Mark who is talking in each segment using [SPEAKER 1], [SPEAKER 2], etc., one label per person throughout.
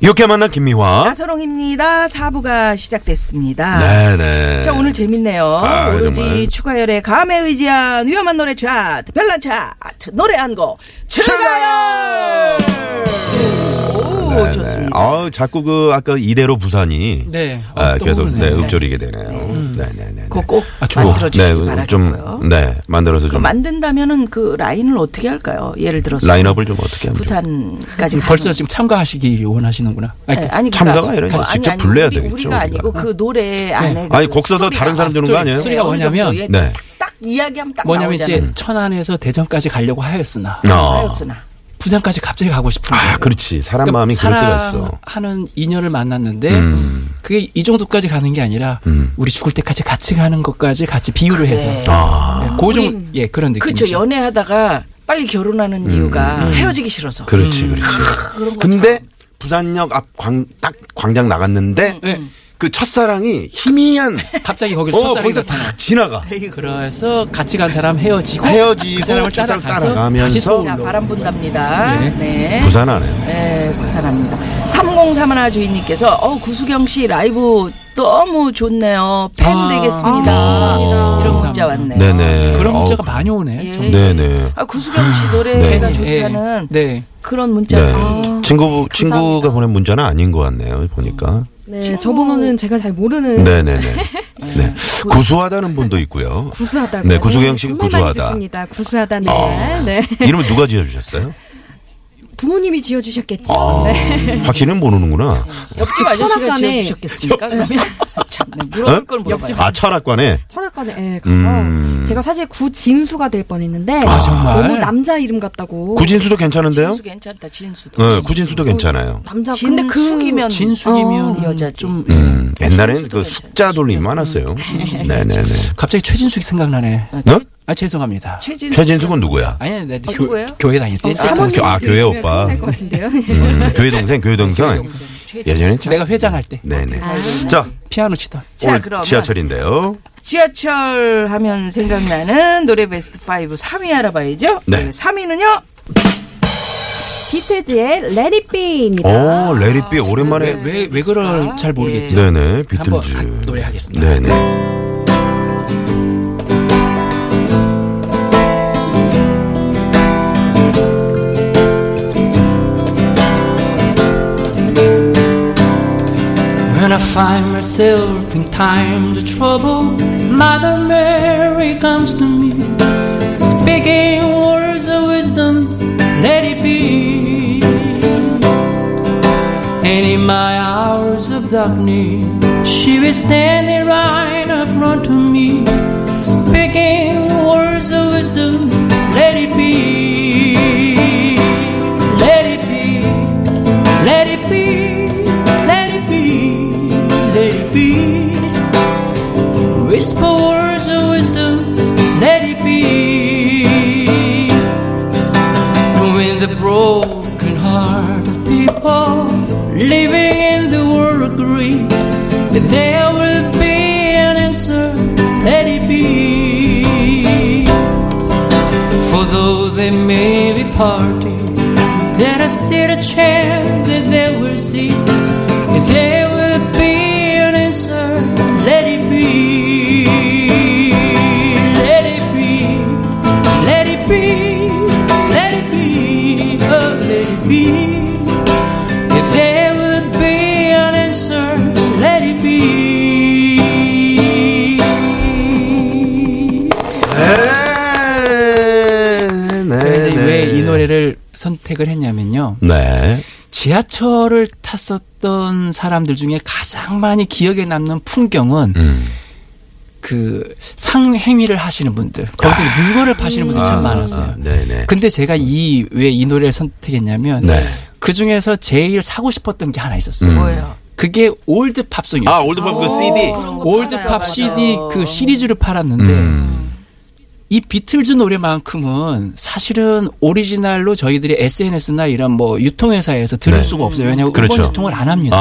[SPEAKER 1] 이렇게 만난 김미화.
[SPEAKER 2] 나서롱입니다. 어? 사부가 시작됐습니다.
[SPEAKER 1] 네네.
[SPEAKER 2] 아. 자 오늘 재밌네요.
[SPEAKER 1] 아,
[SPEAKER 2] 오로지
[SPEAKER 1] 정말.
[SPEAKER 2] 추가열의 감에 의지한 위험한 노래 차트, 별난 차트, 노래 한 곡 추가열. 오 좋습니다.
[SPEAKER 1] 아 자꾸 그 아까 이대로 부산이
[SPEAKER 3] 네.
[SPEAKER 1] 아,
[SPEAKER 3] 어, 또
[SPEAKER 1] 계속 네,
[SPEAKER 3] 오르네요.
[SPEAKER 1] 읍조리게 되네요.
[SPEAKER 3] 음.
[SPEAKER 1] 네네네.
[SPEAKER 2] 그거 꼭
[SPEAKER 3] 아, 주고.
[SPEAKER 2] 만들어 주시기
[SPEAKER 1] 네,
[SPEAKER 2] 바라겠고요.
[SPEAKER 1] 좀, 네, 만들어서
[SPEAKER 2] 그
[SPEAKER 1] 좀
[SPEAKER 2] 만든다면은 그 라인을 어떻게 할까요? 예를 들어서
[SPEAKER 1] 라인업을 좀 어떻게 하면 좋을까요?
[SPEAKER 2] 부산까지
[SPEAKER 3] 그 벌써
[SPEAKER 2] 가는-
[SPEAKER 3] 지금 참가하시길 원하시는구나. 아니,
[SPEAKER 2] 네, 아니
[SPEAKER 1] 참가가 아니라
[SPEAKER 2] 그러니까 아니,
[SPEAKER 1] 직접
[SPEAKER 2] 아니, 아니,
[SPEAKER 1] 불러야
[SPEAKER 2] 우리,
[SPEAKER 1] 되겠죠,
[SPEAKER 2] 우리가 아니고
[SPEAKER 1] 우리가.
[SPEAKER 2] 그 노래 안에
[SPEAKER 1] 아니, 곡 써서 다른 사람 주는 거 아니에요?
[SPEAKER 3] 스토리가 네. 뭐냐면
[SPEAKER 1] 네.
[SPEAKER 2] 딱 이야기하면 딱
[SPEAKER 3] 뭐냐면 이제
[SPEAKER 2] 나오잖아요.
[SPEAKER 3] 천안에서 대전까지 가려고 하였으나
[SPEAKER 1] 어.
[SPEAKER 2] 하였으나
[SPEAKER 3] 부산까지 갑자기 가고 싶은
[SPEAKER 1] 아, 그렇지. 사람 마음이 그럴 때가 있어.
[SPEAKER 3] 그러니까 사랑하는 인연을 만났는데
[SPEAKER 1] 음.
[SPEAKER 3] 그게 이 정도까지 가는 게 아니라
[SPEAKER 1] 음.
[SPEAKER 3] 우리 죽을 때까지 같이 가는 것까지 같이 비유를 해서
[SPEAKER 1] 아,
[SPEAKER 3] 네, 고정 예 그런 느낌이죠.
[SPEAKER 2] 그렇죠. 연애하다가 빨리 결혼하는 이유가 헤어지기 싫어서.
[SPEAKER 1] 음,
[SPEAKER 3] 음.
[SPEAKER 1] 그렇지,
[SPEAKER 2] 아,
[SPEAKER 1] 그렇지. 근데 부산역 앞 광, 딱 광장 나갔는데
[SPEAKER 3] 네.
[SPEAKER 1] 그 첫사랑이 희미한
[SPEAKER 3] 갑자기 거기서
[SPEAKER 1] 어,
[SPEAKER 3] 첫사랑이
[SPEAKER 1] 거기서
[SPEAKER 3] 나타나.
[SPEAKER 1] 탁 지나가.
[SPEAKER 3] 그래서 같이 간 사람 헤어지고
[SPEAKER 1] 헤어지고
[SPEAKER 3] 그 사람을
[SPEAKER 1] 그 사람
[SPEAKER 3] 따라가서
[SPEAKER 1] 따라가면서
[SPEAKER 3] 다시 서울로.
[SPEAKER 2] 자, 바람 분답니다.
[SPEAKER 3] 네.
[SPEAKER 2] 네.
[SPEAKER 1] 부산 안 해요.
[SPEAKER 2] 네, 부산합니다. 3031 주인님께서 어 구수경 씨 라이브 너무 좋네요. 팬
[SPEAKER 3] 아,
[SPEAKER 2] 되겠습니다.
[SPEAKER 1] 감사합니다.
[SPEAKER 2] 이런 문자 왔네요.
[SPEAKER 1] 네네.
[SPEAKER 3] 그런 문자가
[SPEAKER 1] 어우,
[SPEAKER 3] 많이 오네.
[SPEAKER 2] 예.
[SPEAKER 3] 정말.
[SPEAKER 1] 네네.
[SPEAKER 2] 아 구수경 씨 노래가
[SPEAKER 1] 네.
[SPEAKER 2] 좋다는
[SPEAKER 3] 예. 네.
[SPEAKER 2] 그런 문자.
[SPEAKER 1] 네.
[SPEAKER 2] 아,
[SPEAKER 1] 친구, 친구가 보낸 문자는 아닌 것 같네요, 보니까.
[SPEAKER 4] 네,
[SPEAKER 2] 친구.
[SPEAKER 4] 저 번호는 제가 잘 모르는
[SPEAKER 1] 네네네. 네. 구수하다는 분도 있고요.
[SPEAKER 4] 구수하다고.
[SPEAKER 1] 네, 구수경 씨가
[SPEAKER 4] 정말 많이
[SPEAKER 1] 구수하다.
[SPEAKER 4] 듣습니다. 구수하다는
[SPEAKER 1] 어.
[SPEAKER 4] 말. 네.
[SPEAKER 1] 이름을 누가 지어주셨어요?
[SPEAKER 4] 부모님이 지어주셨겠죠.
[SPEAKER 1] 아,
[SPEAKER 4] 네.
[SPEAKER 1] 확실히는 모르는구나.
[SPEAKER 2] 옆집 아저씨가
[SPEAKER 4] 철학관에-
[SPEAKER 2] 지어주셨겠습니까? 그러면 참, 네, 물어볼
[SPEAKER 1] 어?
[SPEAKER 2] 걸 물어봐요.
[SPEAKER 1] 아, 철학관에?
[SPEAKER 4] 철학관에 예, 가서
[SPEAKER 1] 음.
[SPEAKER 4] 제가 사실 구진수가 될 뻔했는데
[SPEAKER 1] 아,
[SPEAKER 3] 정말?
[SPEAKER 4] 너무 남자 이름 같다고.
[SPEAKER 1] 구진수도 괜찮은데요?
[SPEAKER 2] 진수 괜찮다. 진수도.
[SPEAKER 1] 아, 네, 구진수도 괜찮아요.
[SPEAKER 4] 남자. 근데 그
[SPEAKER 2] 진숙이면
[SPEAKER 3] 진숙이면
[SPEAKER 2] 어, 여자지.
[SPEAKER 3] 좀
[SPEAKER 1] 음, 옛날에는
[SPEAKER 2] 진수도
[SPEAKER 1] 그
[SPEAKER 2] 괜찮아요.
[SPEAKER 1] 숙자 돌림이 많았어요. 네네네.
[SPEAKER 3] 갑자기 최진숙이 생각나네.
[SPEAKER 1] 어?
[SPEAKER 3] 아 죄송합니다.
[SPEAKER 2] 최진
[SPEAKER 1] 최진숙은 누구야?
[SPEAKER 3] 아니, 나 교,
[SPEAKER 2] 누구예요? 어,
[SPEAKER 3] 교회 다닐 때
[SPEAKER 1] 사모님.
[SPEAKER 3] 때
[SPEAKER 1] 아, 교회 오빠.
[SPEAKER 4] 할것 같은데요. 네.
[SPEAKER 1] 음, 교회 동생, 교회 동생. 예전에 참-
[SPEAKER 3] 내가 회장할 때
[SPEAKER 1] 네네. 자,
[SPEAKER 3] 피아노 치던.
[SPEAKER 2] 자,
[SPEAKER 1] 오늘
[SPEAKER 2] 그러면
[SPEAKER 1] 어, 지하철인데요.
[SPEAKER 2] 지하철 하면 생각나는 노래 베스트 5 3위 알아봐야죠.
[SPEAKER 1] 네.
[SPEAKER 2] 3위는요.
[SPEAKER 4] 비틀즈의 Let It Be입니다.
[SPEAKER 1] 오, 레리비 오랜만에.
[SPEAKER 3] 왜 왜 그럴
[SPEAKER 2] 아,
[SPEAKER 3] 잘 모르겠죠.
[SPEAKER 2] 예.
[SPEAKER 1] 네네,
[SPEAKER 3] 음. 한번
[SPEAKER 1] 비틀즈.
[SPEAKER 3] 하- 노래하겠습니다.
[SPEAKER 1] 네네.
[SPEAKER 3] When I find myself in times of trouble, Mother Mary comes to me, speaking words of wisdom, let it be. And in my hours of darkness, she was standing right up front of me, speaking words of wisdom, let it be. Let it be. Let it be, let it be, let it be. Whisper words of wisdom, let it be. When the broken heart of people living in the world agree that there will be an answer, let it be. For though they may be parting, there is still a chance that they will see. If there will be an answer, let it be. Let it be. Let it be. Let it be. Oh, let it be. If there will be an answer, let it be. 제가 이제 왜 이 노래를 선택을 했냐면요.
[SPEAKER 1] 네.
[SPEAKER 3] 지하철을 탔었던 사람들 중에 가장 많이 기억에 남는 풍경은
[SPEAKER 1] 음.
[SPEAKER 3] 그 상행위를 하시는 분들, 거기서
[SPEAKER 1] 아.
[SPEAKER 3] 이제
[SPEAKER 1] 네.
[SPEAKER 3] 물건을 파시는 분들이 참 많았어요. 그
[SPEAKER 1] 네네.
[SPEAKER 3] 근데 제가 이 왜 이 노래를 선택했냐면
[SPEAKER 1] 네. 음.
[SPEAKER 3] 그 중에서 제일 사고 싶었던 게 하나 있었어요.
[SPEAKER 2] 뭐예요?
[SPEAKER 3] 그게 올드 팝송이었어요.
[SPEAKER 1] 아 올드팝 그 CD.
[SPEAKER 3] 올드
[SPEAKER 2] 맞아요,
[SPEAKER 3] 팝
[SPEAKER 2] 맞아요.
[SPEAKER 3] CD 그 시리즈를 팔았는데
[SPEAKER 1] 음.
[SPEAKER 3] 이 비틀즈 노래만큼은 사실은 오리지널로 저희들이 SNS나 이런 뭐 유통회사에서 들을
[SPEAKER 1] 네.
[SPEAKER 3] 수가 없어요. 왜냐하면
[SPEAKER 1] 그렇죠.
[SPEAKER 3] 음원 유통을 안 합니다.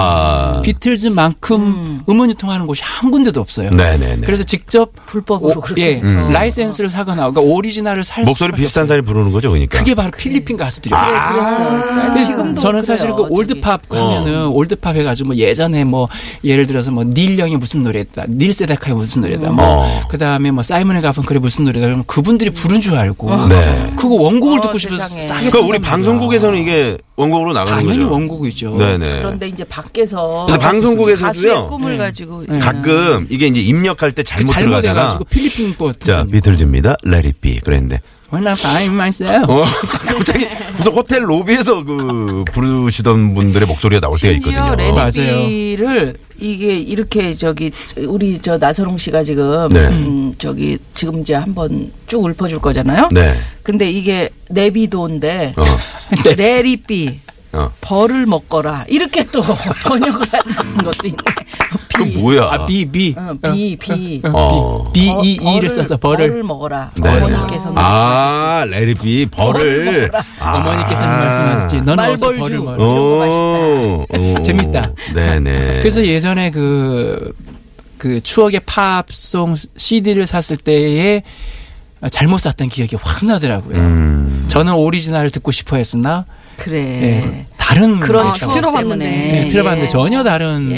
[SPEAKER 1] 아.
[SPEAKER 3] 비틀즈만큼 음. 원 유통하는 곳이 한 군데도 없어요.
[SPEAKER 1] 네네네.
[SPEAKER 3] 그래서 직접
[SPEAKER 2] 불법으로
[SPEAKER 3] 오-
[SPEAKER 2] 그렇게
[SPEAKER 3] 예,
[SPEAKER 1] 음.
[SPEAKER 2] 해서.
[SPEAKER 3] 라이센스를 사거나 그러니까 오리지널을 살
[SPEAKER 1] 목소리
[SPEAKER 3] 수밖에
[SPEAKER 1] 비슷한
[SPEAKER 3] 없어요.
[SPEAKER 1] 사람이 부르는 거죠, 그러니까. 아.
[SPEAKER 3] 그게 바로 필리핀 가수들이었어요.
[SPEAKER 2] 그랬어요. 아, 지금도
[SPEAKER 3] 저는 사실 그
[SPEAKER 2] 그래요, 어.
[SPEAKER 3] 올드팝
[SPEAKER 1] 저기.
[SPEAKER 3] 하면은 올드팝 해가지고 뭐 예전에 뭐 예를 들어서 뭐 닐 영이 무슨 노래다, 닐 세데카의 무슨 노래다, 뭐
[SPEAKER 1] 어.
[SPEAKER 3] 그 다음에 뭐 사이먼의 가펑클이 무슨 노래다, 그러면 그분들이 부른 줄 알고
[SPEAKER 1] 네.
[SPEAKER 3] 그거 원곡을
[SPEAKER 2] 어,
[SPEAKER 3] 듣고 싶어서
[SPEAKER 2] 세상에.
[SPEAKER 3] 싸게
[SPEAKER 1] 그러니까
[SPEAKER 3] 산
[SPEAKER 1] 우리
[SPEAKER 3] 겁니다.
[SPEAKER 1] 방송국에서는 이게 원곡으로 나가는
[SPEAKER 3] 당연히
[SPEAKER 1] 거죠.
[SPEAKER 3] 원곡이죠.
[SPEAKER 1] 네네.
[SPEAKER 2] 그런데 이제 밖에서
[SPEAKER 1] 근데
[SPEAKER 2] 가수의
[SPEAKER 1] 방송국에서도요.
[SPEAKER 2] 꿈을
[SPEAKER 3] 네.
[SPEAKER 2] 가지고
[SPEAKER 3] 네.
[SPEAKER 1] 가끔 이게 이제 입력할 때
[SPEAKER 3] 그
[SPEAKER 1] 잘못 들어가잖아.
[SPEAKER 3] 잘못해가지고 필리핀 거
[SPEAKER 1] 자, 비틀즈입니다. Let it be. 그랬는데.
[SPEAKER 3] When I find myself
[SPEAKER 1] 어, 갑자기 무슨 호텔 로비에서 그 부르시던 분들의 목소리가 나올 때가
[SPEAKER 2] 심지어
[SPEAKER 1] 있거든요.
[SPEAKER 2] 레디비를 이게 이렇게 저기 우리 저 나선홍 씨가 지금
[SPEAKER 1] 네.
[SPEAKER 2] 음, 저기 지금 이제 한번 쭉 읊어줄 거잖아요.
[SPEAKER 1] 네.
[SPEAKER 2] 근데 이게 내비도인데
[SPEAKER 1] 어.
[SPEAKER 2] 레리비
[SPEAKER 1] 어.
[SPEAKER 2] 벌을 먹거라 이렇게 또 번역을 하는 것도 있네.
[SPEAKER 1] 음. 그
[SPEAKER 2] 비.
[SPEAKER 1] 뭐야?
[SPEAKER 3] 아, B B
[SPEAKER 2] 어, 비, 비.
[SPEAKER 1] 어.
[SPEAKER 3] B E E를 써서 벌을
[SPEAKER 2] 먹어라.
[SPEAKER 1] 네.
[SPEAKER 2] 어머니께서는
[SPEAKER 1] 아, let it be. 벌을. 아.
[SPEAKER 3] 어머니께서는 말씀하셨지. 너는 어서
[SPEAKER 2] 말벌주.
[SPEAKER 3] 벌을 먹어.
[SPEAKER 1] 오, 오.
[SPEAKER 3] 재밌다.
[SPEAKER 1] 네네.
[SPEAKER 3] 그래서 예전에 그, 그 추억의 팝송 CD를 샀을 때에 잘못 샀던 기억이 확 나더라고요.
[SPEAKER 1] 음.
[SPEAKER 3] 저는 오리지널을 듣고 싶어 했으나,
[SPEAKER 2] 그래.
[SPEAKER 3] 예, 다른.
[SPEAKER 2] 네. 그런
[SPEAKER 3] 게
[SPEAKER 2] 추억
[SPEAKER 3] 있다고.
[SPEAKER 4] 들어봤는데.
[SPEAKER 2] 때문에.
[SPEAKER 3] 예, 들어봤는데
[SPEAKER 2] 예.
[SPEAKER 3] 전혀 다른.
[SPEAKER 2] 예.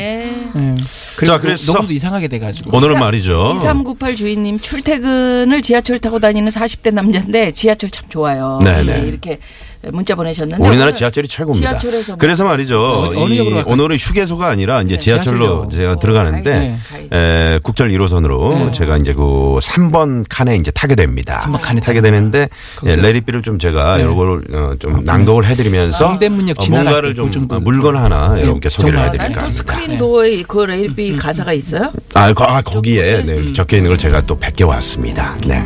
[SPEAKER 3] 예. 그래서
[SPEAKER 1] 자, 그래서- 뭐-
[SPEAKER 3] 너무도 이상하게 돼가지고.
[SPEAKER 1] 오늘은 말이죠.
[SPEAKER 2] 2398 주인님 출퇴근을 지하철 타고 다니는 40대 남자인데 지하철 참 좋아요.
[SPEAKER 1] 네네.
[SPEAKER 2] 예, 이렇게 문자 보내셨는데
[SPEAKER 1] 우리나라
[SPEAKER 2] 오늘
[SPEAKER 1] 지하철이 최고입니다.
[SPEAKER 2] 지하철에서 뭐-
[SPEAKER 1] 그래서 말이죠.
[SPEAKER 3] 어느- 어느
[SPEAKER 1] 이
[SPEAKER 3] 역으로 갈까요? 네,
[SPEAKER 1] 오늘은 휴게소가 아니라 이제 지하철로
[SPEAKER 3] 지하철이요.
[SPEAKER 1] 제가
[SPEAKER 2] 어,
[SPEAKER 3] 네,
[SPEAKER 1] 들어가는데
[SPEAKER 2] 가야지, 가야지.
[SPEAKER 1] 에, 국철 1호선으로 제가 이제 그 3번 칸에 이제 타게 됩니다.
[SPEAKER 3] 삼번 칸에
[SPEAKER 1] 타게
[SPEAKER 3] 타는구나.
[SPEAKER 1] 되는데 예,
[SPEAKER 3] 거기서-
[SPEAKER 1] 레리비를 좀 제가
[SPEAKER 3] 네.
[SPEAKER 1] 요거를 어, 좀 낭독을 해드리면서
[SPEAKER 3] 성대문역
[SPEAKER 1] 어,
[SPEAKER 3] 지나갈
[SPEAKER 1] 뭔가를
[SPEAKER 3] 때
[SPEAKER 1] 좀
[SPEAKER 3] 그 정도.
[SPEAKER 1] 어, 물건 하나
[SPEAKER 3] 네,
[SPEAKER 1] 여러분께 소개를
[SPEAKER 3] 정말.
[SPEAKER 1] 해드릴까
[SPEAKER 2] 난또
[SPEAKER 1] 합니다. 음,
[SPEAKER 2] 스크린도어에 그 레일비 가사가 있어요?
[SPEAKER 1] 아, 거, 아 거기에 네, 이렇게 적혀 있는 걸 제가 또 뵙게 왔습니다. 네.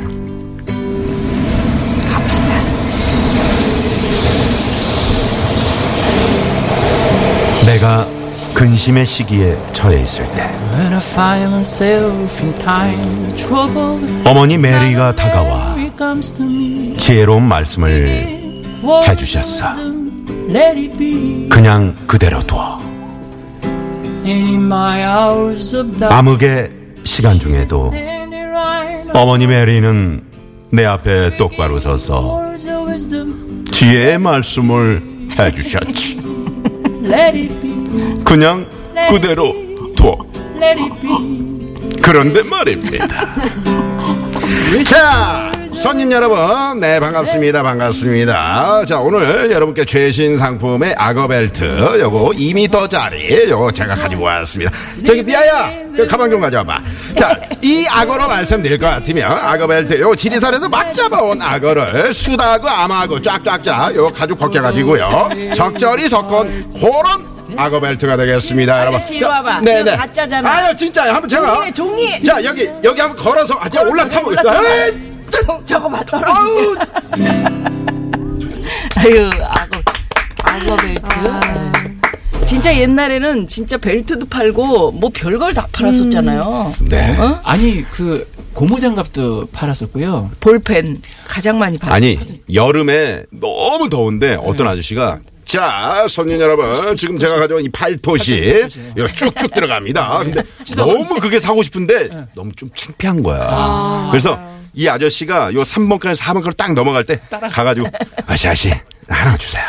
[SPEAKER 1] 내가 근심의 시기에 처해 있을 때
[SPEAKER 3] When I find myself in time, trouble.
[SPEAKER 1] 어머니 메리가 다가와
[SPEAKER 3] Mary comes to me.
[SPEAKER 1] 지혜로운 말씀을 해주셨어.
[SPEAKER 3] Let it be.
[SPEAKER 1] 그냥 그대로 두어
[SPEAKER 3] And in my hours of dark-
[SPEAKER 1] 암흑의 시간 중에도 어머니 메리는 내 앞에 똑바로 서서 지혜의 말씀을 해주셨지 그냥 그대로 두어 그런데 말입니다. 자, 손님 여러분, 네 반갑습니다, 반갑습니다. 자, 오늘 여러분께 최신 상품의 악어벨트 요거 2m짜리 요거 제가 가지고 왔습니다. 저기 비아야, 그 가방 좀 가져와봐. 자, 이 악어로 말씀드릴 것 같으면 악어벨트 요 지리산에서 막 잡아온 악어를 수다하고 암하고 쫙쫙쫙 요 가죽 벗겨가지고요 적절히 섞은 그런 악어벨트가 되겠습니다, 여러분.
[SPEAKER 2] 아저씨, 이리 와봐. 이거 가짜잖아.
[SPEAKER 1] 네, 아유, 진짜요. 한번 제가.
[SPEAKER 2] 종이에, 종이!
[SPEAKER 1] 자 여기 여기 한번 걸어서 아, 제가 올라타 보겠어요.
[SPEAKER 2] 올라타봐.
[SPEAKER 1] 에이, 저-
[SPEAKER 2] 저거 봐,
[SPEAKER 1] 아우,
[SPEAKER 2] 떨어지지. 아유, 악어, 악어 벨트. 네. 진짜 옛날에는 진짜 벨트도 팔고 뭐 별걸 다 팔았었잖아요.
[SPEAKER 1] 네.
[SPEAKER 2] 어?
[SPEAKER 3] 아니 그 고무장갑도 팔았었고요.
[SPEAKER 2] 볼펜 가장 많이 팔았
[SPEAKER 1] 아니 여름에 너무 더운데 어떤 아저씨가 자 손님 여러분 지금 제가 가져온 이 팔토시 이거 쭉쭉 들어갑니다. 근데 너무 그게 사고 싶은데 너무 좀 창피한 거야. 그래서 이 아저씨가 요 3번칸에 4번칸으로 딱 넘어갈 때 가가지고 아씨 아씨 하나 주세요.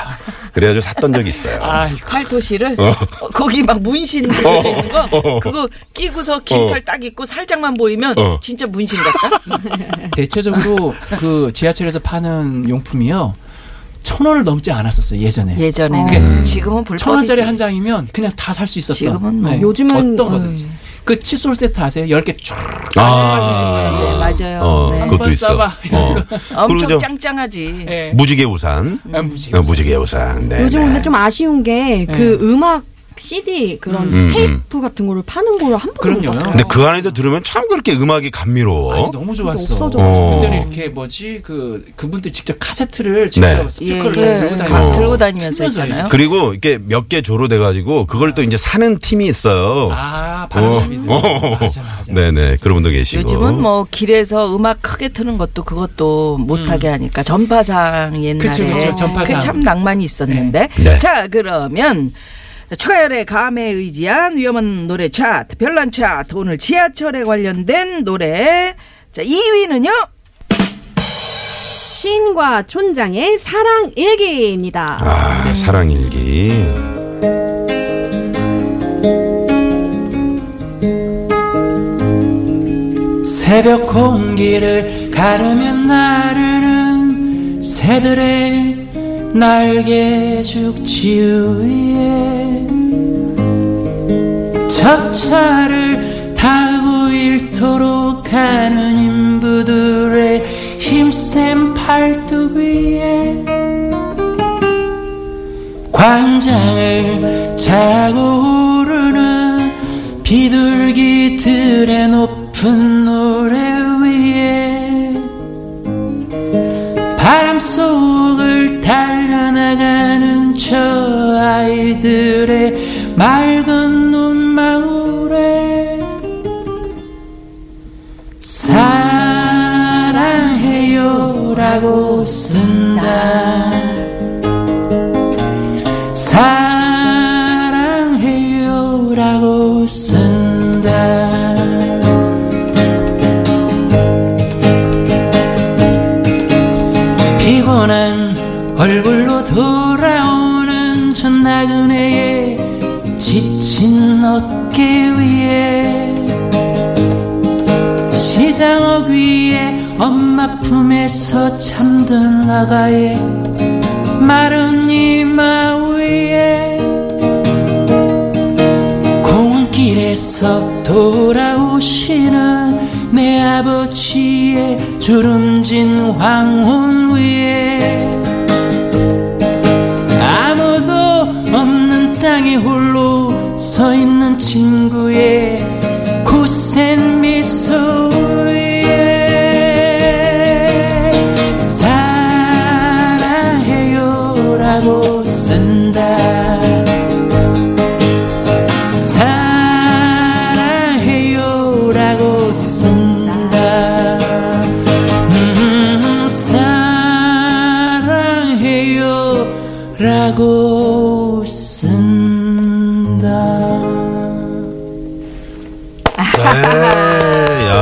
[SPEAKER 1] 그래가지고 샀던 적이 있어요.
[SPEAKER 2] 팔토시를
[SPEAKER 1] 어.
[SPEAKER 2] 어, 거기 막 문신 그려져 있는 거 그거 끼고서 긴팔
[SPEAKER 1] 어.
[SPEAKER 2] 딱 입고 살짝만 보이면
[SPEAKER 1] 어.
[SPEAKER 2] 진짜 문신 같다.
[SPEAKER 3] 대체적으로 그 지하철에서 파는 용품이요. 천 원을 넘지 않았었어요 예전에.
[SPEAKER 2] 예전에
[SPEAKER 3] 그게
[SPEAKER 2] 그러니까
[SPEAKER 1] 음.
[SPEAKER 2] 지금은 불법이지.
[SPEAKER 3] 천 원짜리 한 장이면 그냥 다 살 수 있었던. 네.
[SPEAKER 2] 지금은 뭐.
[SPEAKER 4] 요즘은,
[SPEAKER 3] 어떤 거든지. 그 칫솔 세트 아세요? 열 개 쭉.
[SPEAKER 2] 예,
[SPEAKER 1] 아,
[SPEAKER 2] 맞아요.
[SPEAKER 1] 어,
[SPEAKER 2] 네.
[SPEAKER 1] 그것도
[SPEAKER 3] 한번
[SPEAKER 1] 있어.
[SPEAKER 3] 써봐.
[SPEAKER 1] 어. 그리고
[SPEAKER 2] 엄청
[SPEAKER 1] 저
[SPEAKER 2] 짱짱하지.
[SPEAKER 3] 예.
[SPEAKER 1] 음. 무지개 우산.
[SPEAKER 3] 아, 무지.
[SPEAKER 1] 어, 무지개 우산. 네,
[SPEAKER 4] 요즘
[SPEAKER 1] 네.
[SPEAKER 4] 근데 좀 아쉬운 게 그 음악 CD 그런
[SPEAKER 1] 음,
[SPEAKER 4] 테이프 같은 거를 파는 거를 한 번도
[SPEAKER 3] 그럼요.
[SPEAKER 4] 못 봤어요.
[SPEAKER 1] 근데 그 안에서 들으면 참 그렇게 음악이 감미로워.
[SPEAKER 3] 아니, 너무 좋았어.
[SPEAKER 4] 없어져가지고.
[SPEAKER 1] 어.
[SPEAKER 3] 그때는 이렇게 뭐지 그 그분들 직접 카세트를 직접
[SPEAKER 1] 네.
[SPEAKER 3] 스피커를
[SPEAKER 2] 예, 예.
[SPEAKER 3] 들고 다니면서
[SPEAKER 1] 어.
[SPEAKER 2] 들고 다니면서
[SPEAKER 3] 틀면서
[SPEAKER 2] 했잖아요.
[SPEAKER 3] 이렇게.
[SPEAKER 1] 그리고 이렇게 몇 개 조로 돼가지고 그걸 또 이제 사는 팀이 있어요.
[SPEAKER 3] 아 바람잡이들.
[SPEAKER 1] 어.
[SPEAKER 3] 맞아 맞아.
[SPEAKER 1] 네네 그런 분도 계시고.
[SPEAKER 2] 요즘은 뭐 길에서 음악 크게 트는 것도 그것도 못하게 하니까 전파상 옛날에
[SPEAKER 3] 음. 그쵸, 그쵸, 전파상.
[SPEAKER 2] 그 참 낭만이 있었는데
[SPEAKER 1] 네.
[SPEAKER 2] 자 그러면 추가열의 감에 의지한 위험한 노래 차트 별난 차트 오늘 지하철에 관련된 노래 자 2위는요
[SPEAKER 4] 시인과 촌장의 사랑 일기입니다.
[SPEAKER 1] 아 사랑일기.
[SPEAKER 3] 새벽 공기를 가르며 나르는 새들의 날개죽 지위에 첫 차를 타고 일토록 가는 인부들의 힘센 팔뚝 위에 광장을 차고 오르는 비둘기들의 높은 노래 위에 바람 속을 달려나가는 저 아이들의 맑은 눈망울에 사랑해요라고 쓴다. 사랑해요라고 쓴다. 피곤한 얼굴로 돌아오는 저 나그네의 지친 어깨 위에 시장옥 위에 엄마 품에서 잠든 아가의 마른 이마 위에 공원길에서 돌아오시는 내 아버지의 주름진 황혼 위에 아무도 없는 땅에 홀로 서 있는 친구의 고센 미소 위에 사랑해요라고 쓴다 사랑해요라고 쓴다. 음, 사랑해요라고 쓴다.
[SPEAKER 1] 네, 야.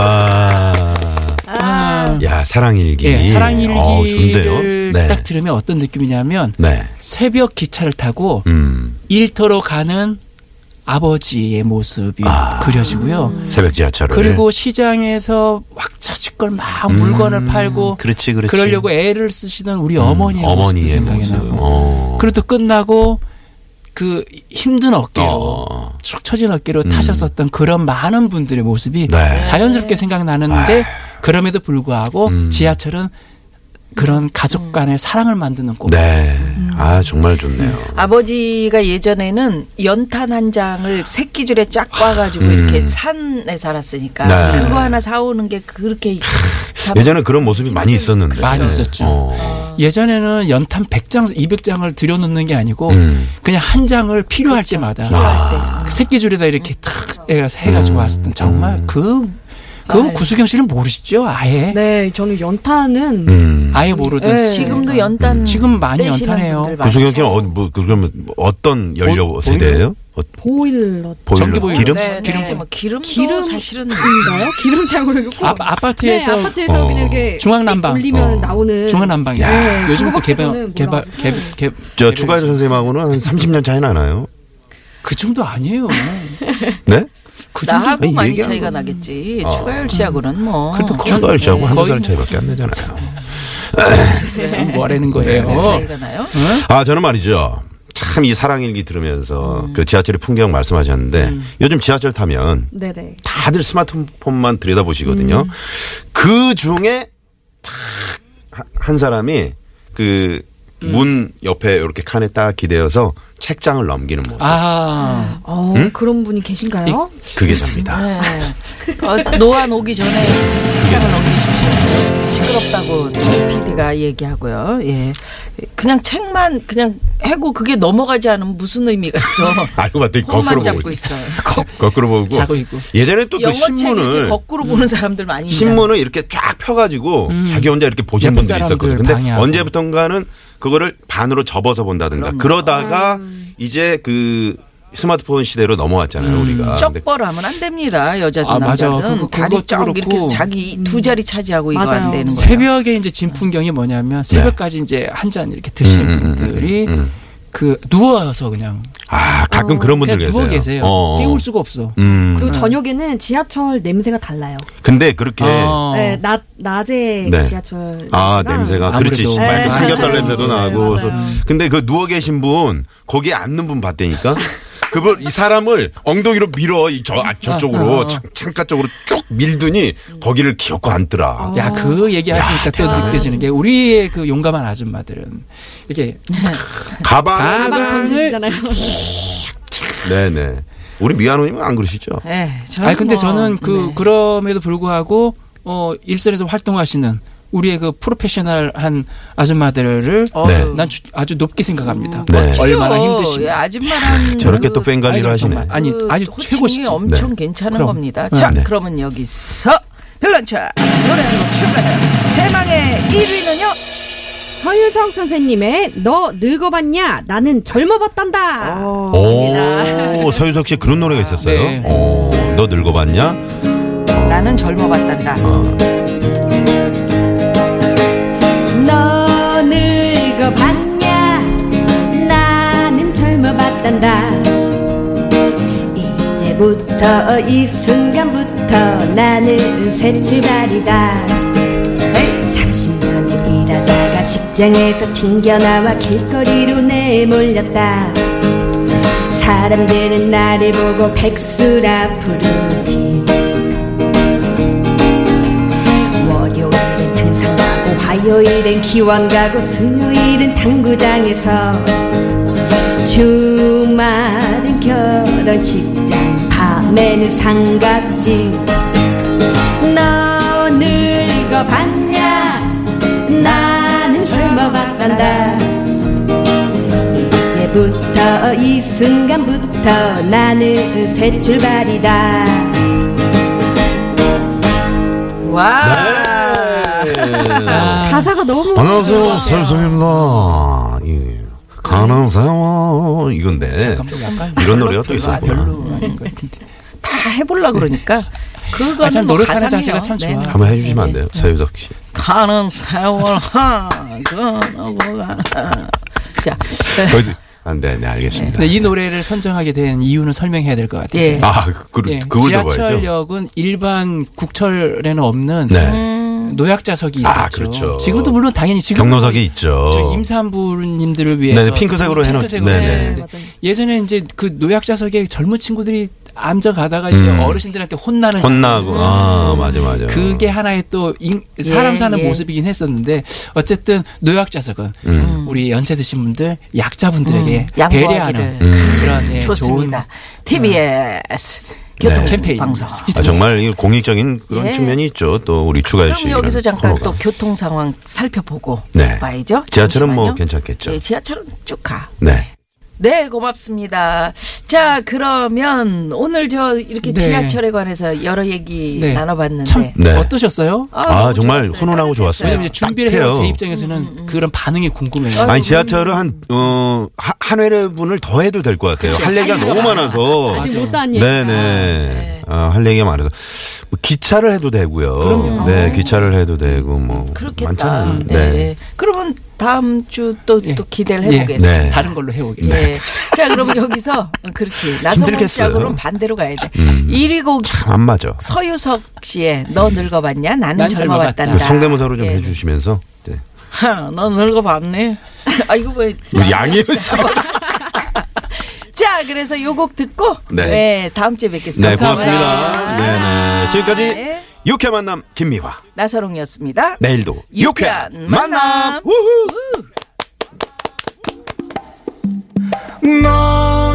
[SPEAKER 1] 야 사랑일기.
[SPEAKER 3] 아, 예,
[SPEAKER 1] 어우, 좋은데요.
[SPEAKER 3] 사랑일기를
[SPEAKER 1] 네.
[SPEAKER 3] 딱 들으면 어떤 느낌이냐면
[SPEAKER 1] 네.
[SPEAKER 3] 새벽 기차를 타고
[SPEAKER 1] 음
[SPEAKER 3] 일터로 가는 아버지의 모습이
[SPEAKER 1] 아.
[SPEAKER 3] 그려지고요.
[SPEAKER 1] 새벽 지하철을.
[SPEAKER 3] 그리고 시장에서 왁 차질 걸막 물건을 팔고
[SPEAKER 1] 음, 그렇지 그렇지.
[SPEAKER 3] 러려고 애를 쓰시던 우리 어머니의
[SPEAKER 1] 음, 어머니의
[SPEAKER 3] 모습이 생각이
[SPEAKER 1] 모습.
[SPEAKER 3] 나고
[SPEAKER 1] 어.
[SPEAKER 3] 그리고 또 끝나고 그 힘든 어깨로
[SPEAKER 1] 어.
[SPEAKER 3] 축 처진 어깨로 타셨었던 그런 많은 분들의 모습이
[SPEAKER 1] 네. 아.
[SPEAKER 3] 자연스럽게 생각나는데 그럼에도 불구하고
[SPEAKER 1] 음.
[SPEAKER 3] 지하철은 그런 가족 간의 사랑을 만드는 곳
[SPEAKER 1] 네. 아 정말 좋네요.
[SPEAKER 2] 아버지가 예전에는 연탄 한 장을 새끼줄에 쫙 꽈가지고
[SPEAKER 1] 음.
[SPEAKER 2] 이렇게 산에 살았으니까
[SPEAKER 1] 네.
[SPEAKER 2] 그거 하나 사오는 게 그렇게 참-
[SPEAKER 1] 예전에 그런 모습이 많이 있었는데.
[SPEAKER 3] 음. 많이 있었죠.
[SPEAKER 1] 어.
[SPEAKER 3] 예전에는 연탄 100장, 200장을 들여놓는 게 아니고
[SPEAKER 1] 음.
[SPEAKER 3] 그냥 한 장을 필요할 때마다
[SPEAKER 1] 아.
[SPEAKER 3] 그 새끼줄에다 이렇게 탁 애가
[SPEAKER 1] 음.
[SPEAKER 3] 해가지고 왔었던 정말 그
[SPEAKER 2] 아, 네.
[SPEAKER 3] 그건 구수경 씨는 모르시죠 아예
[SPEAKER 4] 네, 저는 연탄은
[SPEAKER 1] 음.
[SPEAKER 3] 아예 모르던
[SPEAKER 4] 네.
[SPEAKER 3] 시기니까.
[SPEAKER 2] 지금도 연탄
[SPEAKER 3] 지금 많이
[SPEAKER 2] 떼시는
[SPEAKER 3] 연탄해요.
[SPEAKER 2] 분들 네. 많아요.
[SPEAKER 1] 구수경 씨는 어, 뭐 그러면 어떤 연료
[SPEAKER 3] 보일러?
[SPEAKER 1] 세대예요? 어,
[SPEAKER 4] 보일러
[SPEAKER 1] 보일러?
[SPEAKER 3] 전기 보일러.
[SPEAKER 1] 기름?
[SPEAKER 2] 네,
[SPEAKER 3] 기름 그
[SPEAKER 2] 네. 뭐 기름도
[SPEAKER 4] 기름-
[SPEAKER 2] 사실은
[SPEAKER 4] 인가요? 기름장으로 이렇게
[SPEAKER 3] 아, 아파트에서
[SPEAKER 4] 네, 아파트에서
[SPEAKER 1] 어.
[SPEAKER 4] 그냥 이렇게
[SPEAKER 3] 중앙난방.
[SPEAKER 4] 올리면
[SPEAKER 1] 어.
[SPEAKER 4] 나오는
[SPEAKER 3] 중앙난방이
[SPEAKER 2] 네.
[SPEAKER 4] 야.
[SPEAKER 3] 요 요즘 또
[SPEAKER 4] 그거밖에
[SPEAKER 3] 개발
[SPEAKER 4] 저는
[SPEAKER 3] 개발
[SPEAKER 4] 몰라가지고.
[SPEAKER 3] 개발 개-
[SPEAKER 1] 저
[SPEAKER 3] 개발-
[SPEAKER 1] 추가열 선생님하고는 한 30년 차이 나나요?
[SPEAKER 3] 그 정도 아니에요
[SPEAKER 1] 네?
[SPEAKER 3] 그 정도
[SPEAKER 2] 나하고
[SPEAKER 1] 아니,
[SPEAKER 2] 많이
[SPEAKER 1] 얘기하는
[SPEAKER 2] 차이가
[SPEAKER 1] 건-
[SPEAKER 2] 나겠지.
[SPEAKER 1] 어.
[SPEAKER 2] 추가열 씨하고는 뭐.
[SPEAKER 3] 그래도 거의-
[SPEAKER 1] 아, 추가열 씨하고
[SPEAKER 3] 네.
[SPEAKER 1] 한두
[SPEAKER 3] 거의
[SPEAKER 1] 살
[SPEAKER 3] 뭐-
[SPEAKER 1] 차이밖에 안 나잖아요.
[SPEAKER 3] 뭐라는
[SPEAKER 1] 네,
[SPEAKER 3] 거예요
[SPEAKER 2] 차이가 나요?
[SPEAKER 1] 아, 저는 말이죠. 참 이 사랑일기 들으면서
[SPEAKER 3] 음.
[SPEAKER 1] 그 지하철의 풍경 말씀하셨는데 요즘 지하철 타면
[SPEAKER 4] 네네.
[SPEAKER 1] 다들 스마트폰만 들여다보시거든요. 그 중에 팍 한 사람이 그 문 옆에 이렇게 칸에 딱 기대어서 책장을 넘기는 모습.
[SPEAKER 3] 아,
[SPEAKER 4] 어,
[SPEAKER 1] 음?
[SPEAKER 4] 그런 분이 계신가요?
[SPEAKER 1] 그게 접니다.
[SPEAKER 2] 네. 어, 노안 오기 전에 책장을 넘기십시오. 시끄럽다고 PD가 얘기하고요. 예. 그냥 책만 그냥 해고 그게 넘어가지 않으면 무슨 의미가 있어?
[SPEAKER 1] 알고 아, 봤더니 거꾸로
[SPEAKER 2] 코만
[SPEAKER 1] 보고
[SPEAKER 2] 잡고
[SPEAKER 1] 있어.
[SPEAKER 2] 있어요.
[SPEAKER 1] 거꾸로 보고.
[SPEAKER 3] 자고 있고.
[SPEAKER 1] 예전에 또 그
[SPEAKER 2] 영어책 이렇게
[SPEAKER 1] 신문을 음.
[SPEAKER 2] 거꾸로 보는 사람들 많이
[SPEAKER 1] 신문을 이렇게 쫙 펴가지고 자기 혼자 이렇게 보신
[SPEAKER 3] 예쁜
[SPEAKER 1] 분들이
[SPEAKER 3] 사람들
[SPEAKER 1] 있었거든요. 근데
[SPEAKER 3] 방해하고.
[SPEAKER 1] 언제부턴가는 그거를 반으로 접어서 본다든가 그러다가 이제 그 스마트폰 시대로 넘어왔잖아요 우리가. 근데
[SPEAKER 2] 쩍벌하면 안 됩니다. 여자든
[SPEAKER 3] 아, 맞아.
[SPEAKER 2] 남자든
[SPEAKER 3] 그거-
[SPEAKER 2] 다리
[SPEAKER 3] 그것도
[SPEAKER 2] 쩍 이렇게
[SPEAKER 3] 그렇고. 음.
[SPEAKER 2] 해서 자기 두 자리 차지하고 이거
[SPEAKER 4] 맞아요.
[SPEAKER 2] 안 되는 거예요.
[SPEAKER 3] 새벽에 이제 진풍경이 뭐냐면 새벽까지 이제 한 잔 이렇게 드신
[SPEAKER 1] 네. 음, 음, 음,
[SPEAKER 3] 분들이
[SPEAKER 1] 음, 음.
[SPEAKER 3] 그 누워서 그냥
[SPEAKER 1] 아 가끔 그런 분들
[SPEAKER 3] 어, 그냥
[SPEAKER 1] 계세요.
[SPEAKER 3] 누워 계세요.
[SPEAKER 1] 어, 어.
[SPEAKER 3] 띄울 수가 없어.
[SPEAKER 1] 음.
[SPEAKER 4] 그리고 저녁에는 지하철 냄새가 달라요.
[SPEAKER 1] 근데 그렇게
[SPEAKER 3] 어.
[SPEAKER 4] 네, 낮, 낮에
[SPEAKER 1] 네.
[SPEAKER 4] 지하철.
[SPEAKER 1] 아
[SPEAKER 4] 냄새랑
[SPEAKER 1] 냄새가
[SPEAKER 3] 아무래도.
[SPEAKER 1] 그렇지 신발
[SPEAKER 4] 네,
[SPEAKER 1] 삼겹살
[SPEAKER 4] 맞아요.
[SPEAKER 1] 냄새도
[SPEAKER 4] 네,
[SPEAKER 1] 나고
[SPEAKER 4] 맞아요.
[SPEAKER 1] 그래서 근데 그 누워 계신 분 거기에 앉는 분 봤다니까 그걸 이 사람을 엉덩이로 밀어 이 저 아,
[SPEAKER 3] 어.
[SPEAKER 1] 저쪽으로 창, 창가 쪽으로 쭉 밀더니 거기를 기어고 앉더라
[SPEAKER 3] 야, 그 얘기 하시니까 또 느껴지는 게 우리의 그 용감한 아줌마들은 이렇게
[SPEAKER 1] 가방
[SPEAKER 3] 가방.
[SPEAKER 4] 가방 던지시잖아요.
[SPEAKER 1] 네네 우리 미아노님은 안 그러시죠
[SPEAKER 2] 예, 저는
[SPEAKER 3] 아니 근데
[SPEAKER 2] 뭐,
[SPEAKER 3] 저는 그
[SPEAKER 2] 네.
[SPEAKER 3] 그럼에도 불구하고 어 일선에서 활동하시는 우리의 그 프로페셔널한 아줌마들을
[SPEAKER 1] 네.
[SPEAKER 3] 난 주- 아주 높게 생각합니다.
[SPEAKER 1] 네.
[SPEAKER 3] 얼마나
[SPEAKER 2] 그래요. 예,
[SPEAKER 3] 힘드신가.
[SPEAKER 2] 아줌마랑
[SPEAKER 1] 저렇게 또
[SPEAKER 2] 뺑
[SPEAKER 1] 뺑갈리를
[SPEAKER 3] 아니,
[SPEAKER 1] 하시네
[SPEAKER 3] 정말. 아니, 아주 최고시지.
[SPEAKER 2] 엄청
[SPEAKER 1] 네.
[SPEAKER 2] 괜찮은
[SPEAKER 3] 그럼.
[SPEAKER 2] 겁니다. 자,
[SPEAKER 1] 네.
[SPEAKER 2] 그러면 여기서 별난차 노래로 출발해요. 대망의 1위는요.
[SPEAKER 4] 서유성 선생님의 너 늙어봤냐? 나는 젊어봤단다.
[SPEAKER 1] 오 서유석 씨 그런 노래가 있었어요
[SPEAKER 3] 네.
[SPEAKER 1] 오, 너 늙어봤냐
[SPEAKER 2] 나는 젊어봤단다.
[SPEAKER 4] 너 늙어봤냐? 나는 젊어봤단다. 이제부터 이 순간부터 나는 새 출발이다. 30년을 일하다가 직장에서 튕겨나와 길거리로 내몰렸다. 사람들은 나를 보고 백수라 부르지. 월요일엔 등산 가고 화요일엔 기원 가고 수요일은 당구장에서 주말은 결혼식장 밤에는 상갓집 너 늙어봤냐 나는 젊어봤단다 이제부터 이 순간부터 나는 새 출발이다
[SPEAKER 1] 네.
[SPEAKER 2] 와.
[SPEAKER 3] 네. 아.
[SPEAKER 4] 가사가 너무
[SPEAKER 1] 안녕하세요 서유석입니다 예. 가는 세월 이건데
[SPEAKER 3] 좀 약간
[SPEAKER 1] 이런 노래가 또
[SPEAKER 3] 별로- 아,
[SPEAKER 1] 있었구나
[SPEAKER 3] 별로 아닌 것
[SPEAKER 1] 네.
[SPEAKER 3] 같은데.
[SPEAKER 2] 다 해보려 그러니까. 그거는
[SPEAKER 3] 네. 아, 참
[SPEAKER 2] 뭐
[SPEAKER 3] 노력하는
[SPEAKER 2] 가상이에요. 네.
[SPEAKER 3] 자세가 참 좋아.
[SPEAKER 1] 한번 해주시면 안 돼요 서유석 씨
[SPEAKER 2] 가는 세월 하그너가 자,
[SPEAKER 1] 거기서- 안 돼, 네, 알겠습니다.
[SPEAKER 3] 근데 이 노래를 선정하게 된 이유는 설명해야 될 것 같아요.
[SPEAKER 2] 예.
[SPEAKER 3] 제가.
[SPEAKER 1] 아, 그, 그,
[SPEAKER 3] 예,
[SPEAKER 1] 그걸 들어야죠.
[SPEAKER 3] 지하철역은 일반 국철에는 없는
[SPEAKER 1] 네.
[SPEAKER 2] 음.
[SPEAKER 3] 노약자석이 있었죠.
[SPEAKER 1] 아, 그렇죠.
[SPEAKER 3] 지금도 물론 당연히 지금
[SPEAKER 1] 경로석이 있죠.
[SPEAKER 3] 저 임산부님들을 위해서
[SPEAKER 1] 네네, 핑크색으로 해놓-
[SPEAKER 3] 핑크색으로
[SPEAKER 1] 네네.
[SPEAKER 3] 해놨는데 예전에 이제 그 노약자석에 젊은 친구들이 앉아가다가 이제
[SPEAKER 1] 음.
[SPEAKER 3] 어르신들한테 혼나는
[SPEAKER 1] 혼나고,
[SPEAKER 3] 장면.
[SPEAKER 1] 아, 맞아, 맞아.
[SPEAKER 3] 음. 그게 하나의 또 인- 사람
[SPEAKER 2] 예,
[SPEAKER 3] 사는
[SPEAKER 2] 예.
[SPEAKER 3] 모습이긴 했었는데 어쨌든 노약자석은
[SPEAKER 1] 음.
[SPEAKER 3] 우리 연세 드신 분들 약자분들에게
[SPEAKER 2] 음, 양보하기를.
[SPEAKER 3] 배려하는
[SPEAKER 1] 음.
[SPEAKER 3] 그런 예,
[SPEAKER 2] 좋습니다.
[SPEAKER 3] 좋은
[SPEAKER 2] TBS
[SPEAKER 1] 네.
[SPEAKER 2] 교통
[SPEAKER 3] 캠페인
[SPEAKER 2] 방송.
[SPEAKER 1] 아, 정말 이 공익적인 그런
[SPEAKER 2] 예.
[SPEAKER 1] 측면이 있죠. 또 우리 추가열 씨.
[SPEAKER 2] 그럼
[SPEAKER 1] 이런
[SPEAKER 2] 여기서 잠깐
[SPEAKER 1] 코너가.
[SPEAKER 2] 또 교통 상황 살펴보고
[SPEAKER 1] 네.
[SPEAKER 2] 봐야죠.
[SPEAKER 1] 지하철은 뭐
[SPEAKER 2] 잠시만요.
[SPEAKER 1] 괜찮겠죠.
[SPEAKER 2] 예, 지하철은 쭉 가.
[SPEAKER 1] 네.
[SPEAKER 2] 네, 고맙습니다. 자, 그러면 오늘 저 이렇게
[SPEAKER 3] 네.
[SPEAKER 2] 지하철에 관해서 여러 얘기
[SPEAKER 3] 네.
[SPEAKER 2] 나눠봤는데
[SPEAKER 3] 참
[SPEAKER 1] 네.
[SPEAKER 3] 어떠셨어요?
[SPEAKER 1] 아,
[SPEAKER 2] 너무
[SPEAKER 1] 정말
[SPEAKER 2] 좋았어요.
[SPEAKER 1] 훈훈하고
[SPEAKER 2] 따뜻했어요.
[SPEAKER 3] 왜냐면 이제 준비를
[SPEAKER 1] 딱해요.
[SPEAKER 3] 해요. 제 입장에서는
[SPEAKER 2] 음,
[SPEAKER 3] 그런 반응이
[SPEAKER 2] 어,
[SPEAKER 3] 궁금해요.
[SPEAKER 1] 아니, 지하철은 한, 어, 하- 한 회분을 더 해도 될 것 같아요. 할 얘기가 너무 많아서.
[SPEAKER 4] 아직
[SPEAKER 3] 맞아요.
[SPEAKER 4] 못한 얘기.
[SPEAKER 1] 네네. 아, 할 얘기가 많아서. 뭐 기차를 해도 되고요.
[SPEAKER 3] 그럼요.
[SPEAKER 1] 네, 기차를 해도 되고, 뭐.
[SPEAKER 2] 음. 그렇겠다.
[SPEAKER 1] 많잖아요.
[SPEAKER 2] 네. 그러면 다음 주 또 또
[SPEAKER 3] 예.
[SPEAKER 2] 기대를
[SPEAKER 3] 예.
[SPEAKER 2] 해보겠습니다.
[SPEAKER 1] 네.
[SPEAKER 3] 다른 걸로 해보겠습니다.
[SPEAKER 2] 네. 자, 그럼 여기서 그렇지. 나성훈
[SPEAKER 1] 힘들겠어요.
[SPEAKER 2] 씨하고는 반대로 가야 돼.
[SPEAKER 1] 음.
[SPEAKER 2] 1위 곡
[SPEAKER 1] 안 맞아.
[SPEAKER 2] 서유석 씨의 너 늙어봤냐? 나는
[SPEAKER 3] 난
[SPEAKER 2] 젊어봤단다.
[SPEAKER 3] 젊어봤다.
[SPEAKER 1] 음. 그 성대모사로 좀
[SPEAKER 2] 예.
[SPEAKER 1] 해주시면서. 네.
[SPEAKER 2] 하, 너 늙어봤네. 아 이거 왜?
[SPEAKER 1] 뭐 양이요?
[SPEAKER 2] 자, 그래서 요 곡 듣고
[SPEAKER 1] 네.
[SPEAKER 2] 네. 다음 주에 뵙겠습니다.
[SPEAKER 1] 네, 고맙습니다.
[SPEAKER 2] 감사합니다.
[SPEAKER 1] 네네. 지금까지
[SPEAKER 2] 네.
[SPEAKER 1] 유쾌 만남 김미화.
[SPEAKER 2] 나서롱이었습니다.
[SPEAKER 1] 내일도 유쾌한
[SPEAKER 2] 유쾌한
[SPEAKER 1] 만남.
[SPEAKER 2] 만남.
[SPEAKER 1] 우후.
[SPEAKER 5] 너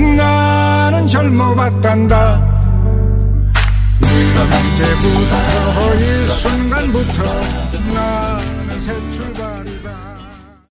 [SPEAKER 5] 나는 젊어봤단다 네가 언제부터 이 순간부터 나